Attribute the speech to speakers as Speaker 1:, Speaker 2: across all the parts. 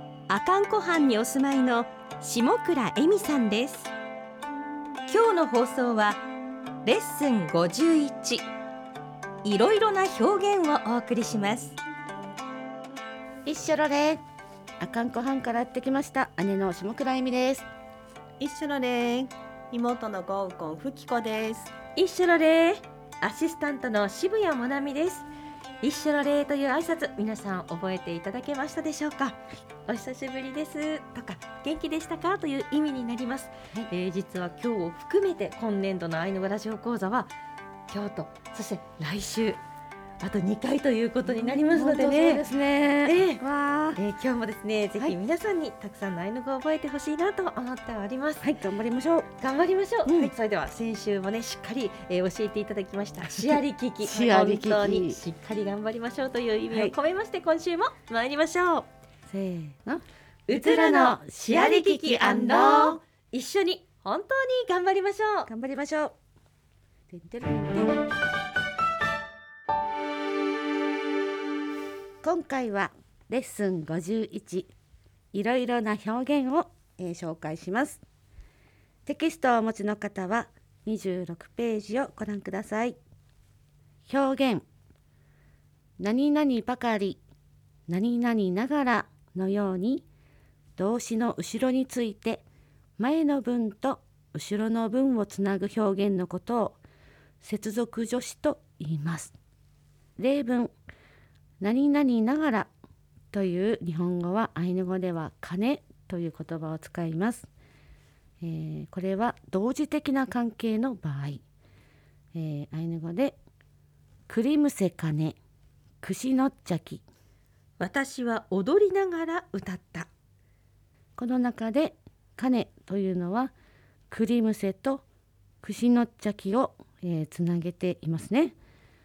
Speaker 1: 阿寒湖畔にお住まいの下倉恵美さんです今日の放送はレッスン51いろいろな表現をお送りします
Speaker 2: 一緒ろれあかんこはんからやってきました姉の下倉由美です
Speaker 3: 一緒のれん妹のゴウコンフキコです
Speaker 1: 一緒の礼アシスタントの渋谷もなみです一緒の礼という挨拶皆さん覚えていただけましたでしょうかお久しぶりですとか元気でしたかという意味になります、
Speaker 2: はい
Speaker 1: えー実は今日を含めて今年度のアイヌ語ラジオ講座は今日とそして来週あと2回ということになりますので
Speaker 2: 本当そう
Speaker 1: ね
Speaker 2: ですね、
Speaker 1: ええ
Speaker 2: わー
Speaker 1: えー、今日もですね、ぜ
Speaker 2: は
Speaker 1: ひ
Speaker 2: い
Speaker 1: 皆さんにたくさんのアイヌ語を覚えてほしいなと思っております。
Speaker 2: はい頑張りましょう
Speaker 1: 頑張りましょう。
Speaker 2: うん
Speaker 1: はい、それでは先週もね、しっかり、えー教えていただきました。シアリキキ、
Speaker 2: シアリキキ
Speaker 1: 本当にしっかり頑張りましょうという意味を込めまして、今週も参りましょう。
Speaker 2: せーの
Speaker 1: うつらのシアリキキ一緒に本当に頑張りましょう。
Speaker 2: 頑張りましょうてんてる今回はレッスン51いろいろな表現を、えー紹介しますテキストをお持ちの方は26ページをご覧ください表現何々ばかり何々ながらのように動詞の後ろについて前の文と後ろの文をつなぐ表現のことを接続助詞と言います例文何々ながらという日本語はアイヌ語では金という言葉を使います、えーこれは同時的な関係の場合、えーアイヌ語でクリムセカネクシノッチャキ
Speaker 1: 私は踊りながら歌った。
Speaker 2: この中で「カネ」というのはクリムセとクシノッチャキを、えーつなげていますね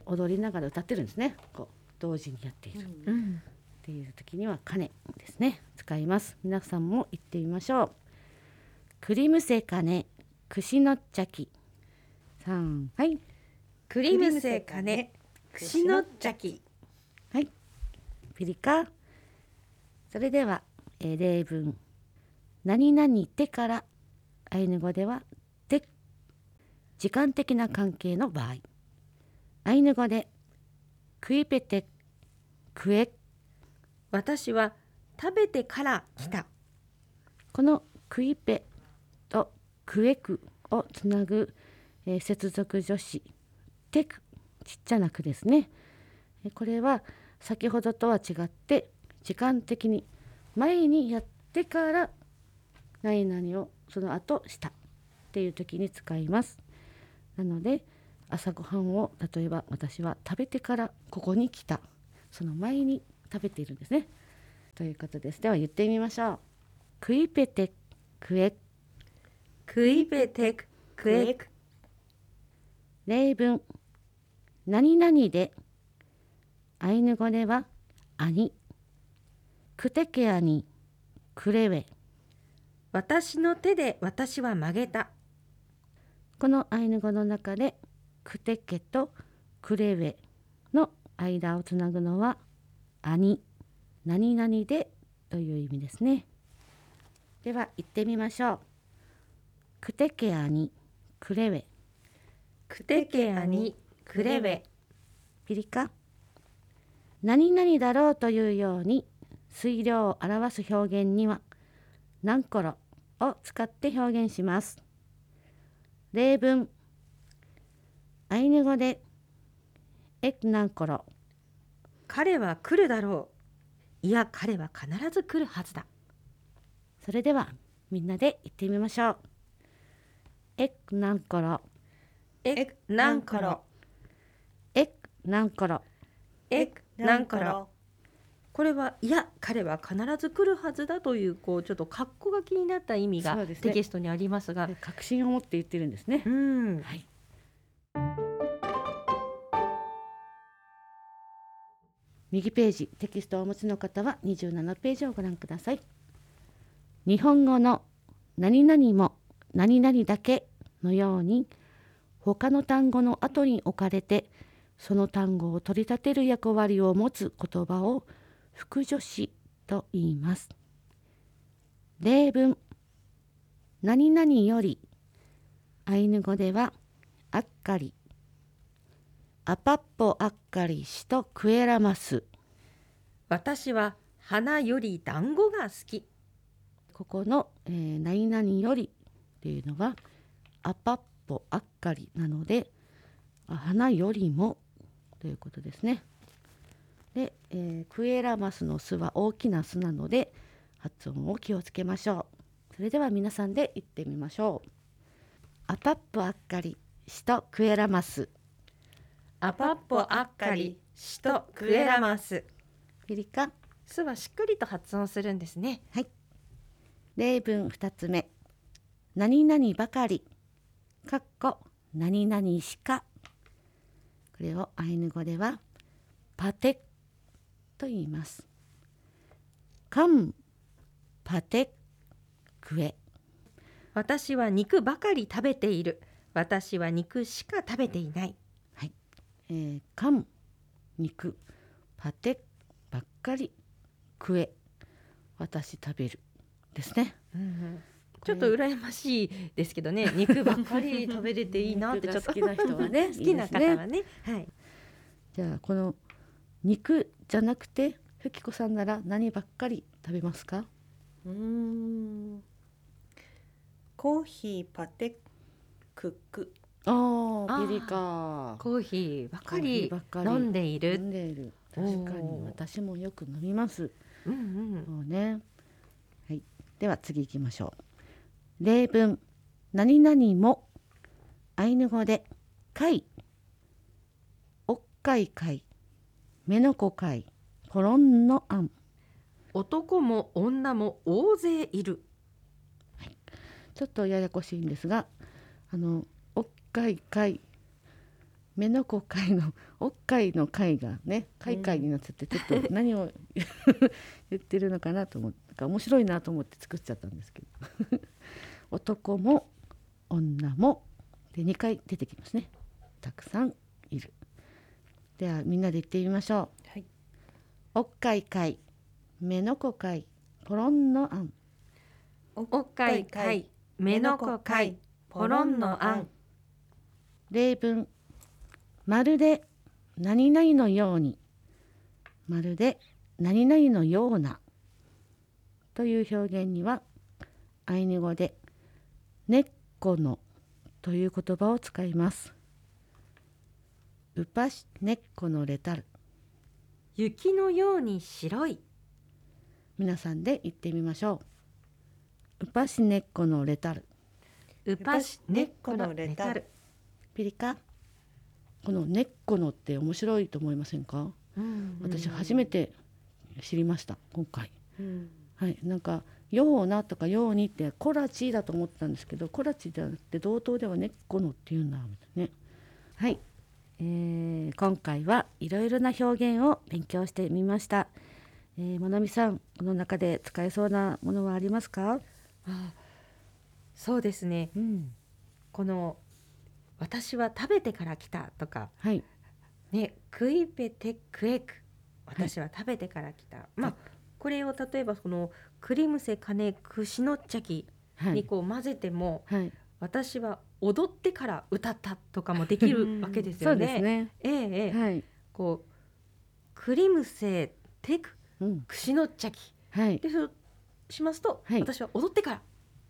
Speaker 2: 踊りながら歌ってるんですねこう同時にやっているっ
Speaker 1: うん、
Speaker 2: ていう時には「カネ」ですね使います皆さんも言ってみましょうクリムセカネクシノッチャキさんはい
Speaker 1: クリムセカネ、クシノッチャキ。
Speaker 2: はいピリカそれでは、えー例文「何々て」からアイヌ語では「て」時間的な関係の場合アイヌ語で「クイペテ」「クエ
Speaker 1: 私は食べてから来た。」
Speaker 2: この「クイペ」と「クエク」をつなぐ、えー接続助詞「テク」ちっちゃな「く」ですね。えーこれは先ほどとは違って時間的に前にやってから何々をその後したっていう時に使います。なので朝ごはんを例えば私は食べてからここに来たその前に食べているんですね。ということです。では言ってみましょう。クイペテクエ
Speaker 1: クイペテク、クエク。
Speaker 2: 例文何々でアイヌ語ではアニクテケアニクレウェ
Speaker 1: 私の手で私は曲げた。
Speaker 2: このアイヌ語の中でクテケとクレウェの間をつなぐのはアニ何々でという意味ですねでは言ってみましょうクテケアニクレウェ
Speaker 1: クテケアにクレベ。
Speaker 2: ピリカ何々だろうというように水量を表す表現には「何コロ」を使って表現します例文アイヌ語で「エクナンコロ
Speaker 1: 彼は来るだろう。いや、彼は必ず来るはずだ。」
Speaker 2: それではみんなで言ってみましょう「エクナンコロ
Speaker 1: えくなんころ。
Speaker 2: エクナンコロ
Speaker 1: えくなんころ。これはいや彼は必ず来るはずだというこうちょっと格好が気になった意味が
Speaker 2: そうですね
Speaker 1: テキストにありますが
Speaker 2: 確信を持って言ってるんですね。
Speaker 1: うん
Speaker 2: はい。右ページテキストをお持ちの方は27ページをご覧ください。日本語の何々も何々だけのように他の単語の後に置かれてその単語を取り立てる役割を持つ言葉を副助詞と言います。例文何々よりアイヌ語ではあっかりアパッポあっかりしとクエラマス
Speaker 1: 私は花より団子が好き
Speaker 2: ここの、えー何々よりっていうのはアパッポあっかりなのであ花よりもということですねで、えークエラマスの巣は大きな巣なので発音を気をつけましょうそれでは皆さんで言ってみましょうアパッポあっかりしとクエラマス
Speaker 1: アパッポアッカリシとクエラマス
Speaker 2: ピリカ
Speaker 1: スはしっくりと発音するんですね
Speaker 2: 例文2つ目何々ばかりかっこ何々しかこれをアイヌ語ではパテと言いますカンパテクエ
Speaker 1: 私は肉ばかり食べている私は肉しか食べていない
Speaker 2: えー、カン肉パテばっかりクエ私食べるですね
Speaker 1: ちょっと羨ましいですけどね肉ばっかり食べれていいなってちょっと
Speaker 2: 肉が好きな人は ね
Speaker 1: 好きな方はねはい
Speaker 2: じゃあこの肉じゃなくてふきこさんなら何ばっかり食べますか
Speaker 3: うーんコーヒーパテクック
Speaker 2: あ
Speaker 1: あー
Speaker 2: ピリカ
Speaker 1: コーヒーばか
Speaker 2: コーヒー
Speaker 1: り
Speaker 2: ばっかり
Speaker 1: 飲んでい
Speaker 2: 飲
Speaker 1: る
Speaker 2: んでいる
Speaker 1: お
Speaker 2: 確
Speaker 1: ー
Speaker 2: かに私もよく飲みます
Speaker 1: うんうん
Speaker 2: そうねはいでは次行きましょう例文何々もアイヌ語でかいおっかいかいめのこかいポロンのあん
Speaker 1: 男も女も大勢いる
Speaker 2: ちょっとややこしいんですが、あの、おっかいかい。目のこかいの、おっかいのかいがね、かいかいになっちゃって、ちょっと何を 言ってるのかなと思って、なんか面白いなと思って作っちゃったんですけど。男も女も、で、2回出てきますね。たくさんいる。では、みんなで言ってみましょう。
Speaker 3: はい
Speaker 2: おっかいかい、目のこかい、ポロンのあん。
Speaker 1: おっかいかい目のこかいポロンのあん
Speaker 2: 例文まるで何々のようにまるで何々のようなという表現にはアイヌ語で「根っこの」という言葉を使います。うぱし根っこのレタル
Speaker 1: 雪のように白い
Speaker 2: 皆さんで言ってみましょう。うぱし根っこのレタル
Speaker 1: うぱし根っこのレタル
Speaker 2: ピリカこの「根っこの」って面白いと思いませんか私初め
Speaker 1: て、
Speaker 2: て知りました今回
Speaker 1: うん
Speaker 2: はいなんか「ような」とか「ように」って「コラチ」だと思ってたんですけど「コラチ」ではなくて同等では「根っこの」っていうんだみたいなねはい、えー今回はいろいろな表現を勉強してみました、えー、まなみさんこの中で使えそうなものはありますか、
Speaker 1: あそうですね
Speaker 2: うん、
Speaker 1: この「私は食べてから来た」とか
Speaker 2: はい
Speaker 1: 「ねクイペテクエク」「私は食べてから来た」まあこれを例えばこの「クリムセカネクシノッチャキ」
Speaker 2: は
Speaker 1: に
Speaker 2: い
Speaker 1: こう混ぜても
Speaker 2: はい
Speaker 1: 「私は踊ってから歌った」とかもできるわけです
Speaker 2: そ
Speaker 1: よ
Speaker 2: うです
Speaker 1: ね。
Speaker 2: ね
Speaker 1: ええええ
Speaker 2: はい、
Speaker 1: こうクリムセテク
Speaker 2: うん、
Speaker 1: クシノッチャキ
Speaker 2: はい
Speaker 1: でそうしますと、
Speaker 2: はい
Speaker 1: 私は踊ってから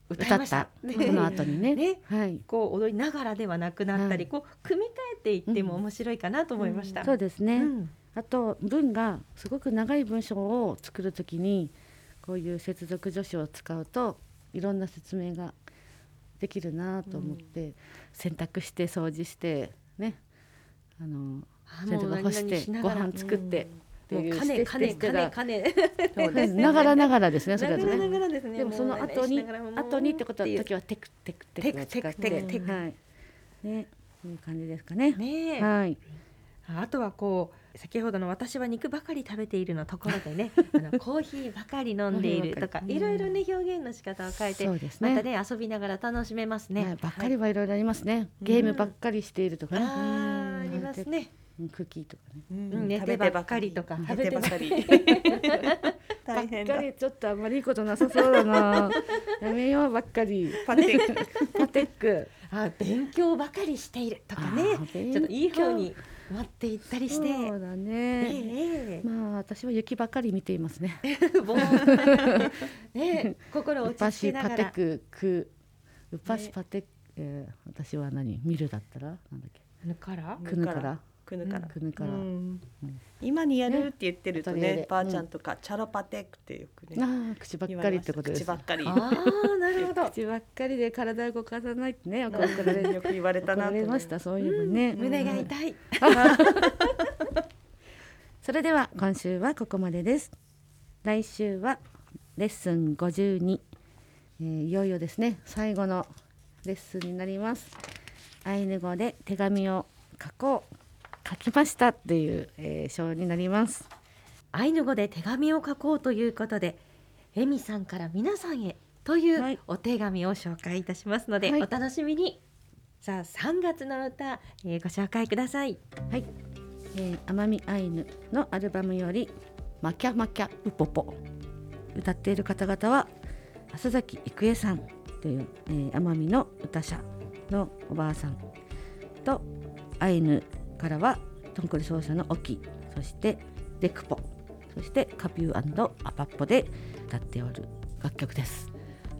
Speaker 1: 歌
Speaker 2: 歌
Speaker 1: いま
Speaker 2: っ
Speaker 1: した
Speaker 2: た
Speaker 1: ね
Speaker 2: この後にね
Speaker 1: ね
Speaker 2: はい
Speaker 1: こう踊りながらではなくなったり、
Speaker 2: は
Speaker 1: こう組み替えていっても
Speaker 2: うん
Speaker 1: 面白いかなと思いました。
Speaker 2: そうですね、
Speaker 1: うん
Speaker 2: あと文がすごく長い文章を作るときにこういう接続助詞を使うといろんな説明ができるなと思って、洗濯して掃除してねあの
Speaker 1: あ
Speaker 2: 洗
Speaker 1: も
Speaker 2: 濯
Speaker 1: う
Speaker 2: 物干し
Speaker 1: 何々
Speaker 2: て
Speaker 1: しな
Speaker 2: ご
Speaker 1: がら
Speaker 2: 飯作って、ていう
Speaker 1: もうかね
Speaker 2: ス
Speaker 1: か
Speaker 2: テ
Speaker 1: ねか
Speaker 2: ステステが
Speaker 1: ねかね。
Speaker 3: そうですね
Speaker 2: ながらながらですねそれだと
Speaker 3: なが
Speaker 2: ね
Speaker 3: らながらですね
Speaker 2: でもその
Speaker 3: う
Speaker 2: 後
Speaker 3: し
Speaker 2: に
Speaker 3: ながらもう
Speaker 2: 後にってことは
Speaker 3: いう
Speaker 2: 時はテクテクテクを使って
Speaker 3: テクテクテク
Speaker 2: はいねそういう感じですかね
Speaker 1: ねえ
Speaker 2: はい
Speaker 1: あとはこう先ほどの私は肉ばかり食べているのところで ねあのコーヒーばかり飲んでいるとか
Speaker 2: コーヒ
Speaker 1: い
Speaker 2: ーばか
Speaker 1: ろ
Speaker 2: り
Speaker 1: いろね表現の仕方を変えて、
Speaker 2: そうです
Speaker 1: また
Speaker 2: ね
Speaker 1: ね遊びながら楽しめますね。
Speaker 2: はいばっかりはいろいろありますねゲームばっかりしているとか
Speaker 1: はい、
Speaker 2: ね
Speaker 1: あーあ
Speaker 2: うん
Speaker 1: りますね。
Speaker 2: うんクッキーとかね
Speaker 3: うん
Speaker 1: うん寝てばっかりとか
Speaker 3: 食べてばっかり
Speaker 2: ば
Speaker 3: 大
Speaker 2: っ
Speaker 3: 変
Speaker 2: か
Speaker 3: だ
Speaker 2: りちょっとあんまりいいことなさそう だなやめようばっかり
Speaker 3: パテック
Speaker 2: パテック
Speaker 1: あ勉強ばかりしているとかね
Speaker 2: あー
Speaker 1: ちょっといい方に持っていったりして。
Speaker 2: そうだ
Speaker 1: ええ
Speaker 2: ね
Speaker 1: ええ
Speaker 2: まあ私は雪ばかり見ていますね
Speaker 1: ぼーっとね心を
Speaker 2: うっ
Speaker 1: 落
Speaker 2: ぱ
Speaker 1: ち着
Speaker 2: し
Speaker 1: けな
Speaker 2: パ
Speaker 1: が
Speaker 2: テ
Speaker 1: ら。
Speaker 2: クくうっぱしパテク、えー私は何見るだったらなんだっけ
Speaker 1: あのカラー
Speaker 2: くぬから
Speaker 3: くぬから
Speaker 2: くぬから、
Speaker 3: うん
Speaker 2: うん
Speaker 3: 今にやるって言ってると
Speaker 2: ね
Speaker 3: ね
Speaker 2: ね
Speaker 3: ばあちゃんとか、チャラパテックってよくね
Speaker 2: ああ口ばっかりってことです
Speaker 3: 言われました口ばっか
Speaker 1: ああなるほど。
Speaker 2: 口ばっかりで体を動かさないってねよく怒ら
Speaker 3: り
Speaker 2: れ
Speaker 3: よく言われた
Speaker 2: 怒
Speaker 3: な
Speaker 2: ら
Speaker 3: と
Speaker 2: れ
Speaker 3: 思
Speaker 2: ましたそういえばね、
Speaker 1: 胸が痛い。
Speaker 2: それでは今週はここまでです来週はレッスン52、えーいよいよですね最後のレッスンになりますアイヌ語で手紙を書こう書きましたっていう、えー章になります
Speaker 1: アイヌ語で手紙を書こうということでエミさんから皆さんへとい
Speaker 2: はいう
Speaker 1: お手紙を紹介いたしますので、
Speaker 2: はい
Speaker 1: お楽しみにさあ3月の歌、えーご紹介ください
Speaker 2: はい、えー、奄美アイヌのアルバムよりマキャマキャウポポ歌っている方々は浅崎郁恵さんという、えー、奄美の歌者のおばあさんとアイヌからはトンクル奏者のオキそしてデクポそしてカピューアパッポで歌っておる楽曲です。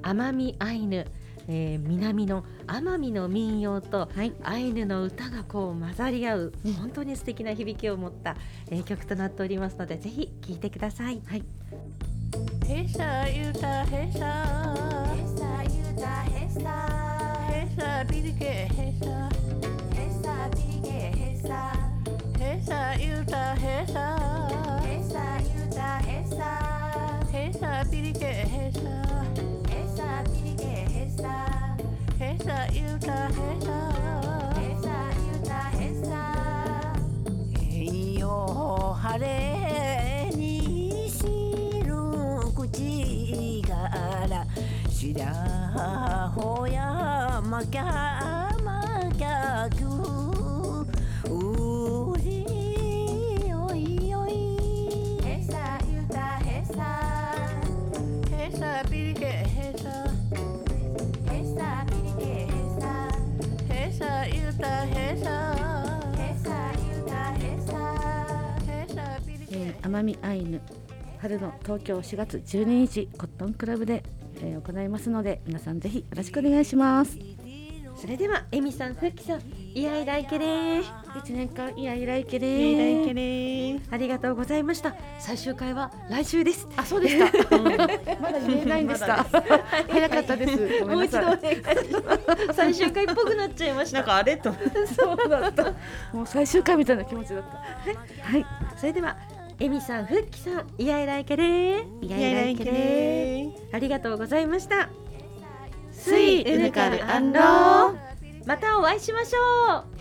Speaker 1: 奄美アイヌ、えー南の奄美の民謡と
Speaker 2: はい、
Speaker 1: アイヌの歌がこう混ざり合う本当に素敵な響きを持った、えー曲となっておりますのでぜひ聴いてください
Speaker 2: はい
Speaker 4: ヘサユタヘサヘサユタヘサヘサビリケヘサヘサビリケヘサヘサユタヘサヘサユタヘサヘサビリケヘサヘサビリケヘサヘサユタヘサヘサユタヘサ栄養晴れにしる口から白ほやまきゃまきゃくうりおいおいへさゆたへさへさびりけへさへさびりけへさへさゆたへさへさゆたへさへさびりけ
Speaker 2: えー奄美アイヌ春の東京4月12日コットンクラブで、えー行いますので皆さんぜひよろしくお願いします
Speaker 1: それではエミさんふっきさんイアイライケ です
Speaker 2: 一年間いやいらいけ
Speaker 3: りイライ
Speaker 2: れ
Speaker 3: ケレ
Speaker 1: ありがとうございました最終回は来週です
Speaker 2: あそうでした、まだ言えないんでした早かったですごめ
Speaker 1: もう
Speaker 2: んな
Speaker 1: 一度お
Speaker 2: さい
Speaker 1: 願いします。最終回っぽくなっちゃいまし
Speaker 3: なん
Speaker 1: た。
Speaker 3: かあれと
Speaker 2: そうだったもう最終回みたいな気持ちだったはい
Speaker 1: それでは、えみさん、ふっきさん、イヤイライケレー。イヤイライケレ
Speaker 3: イ
Speaker 1: ー。ありがとうございました。
Speaker 2: スイウヌカルアンロー
Speaker 1: またお会いしましょう。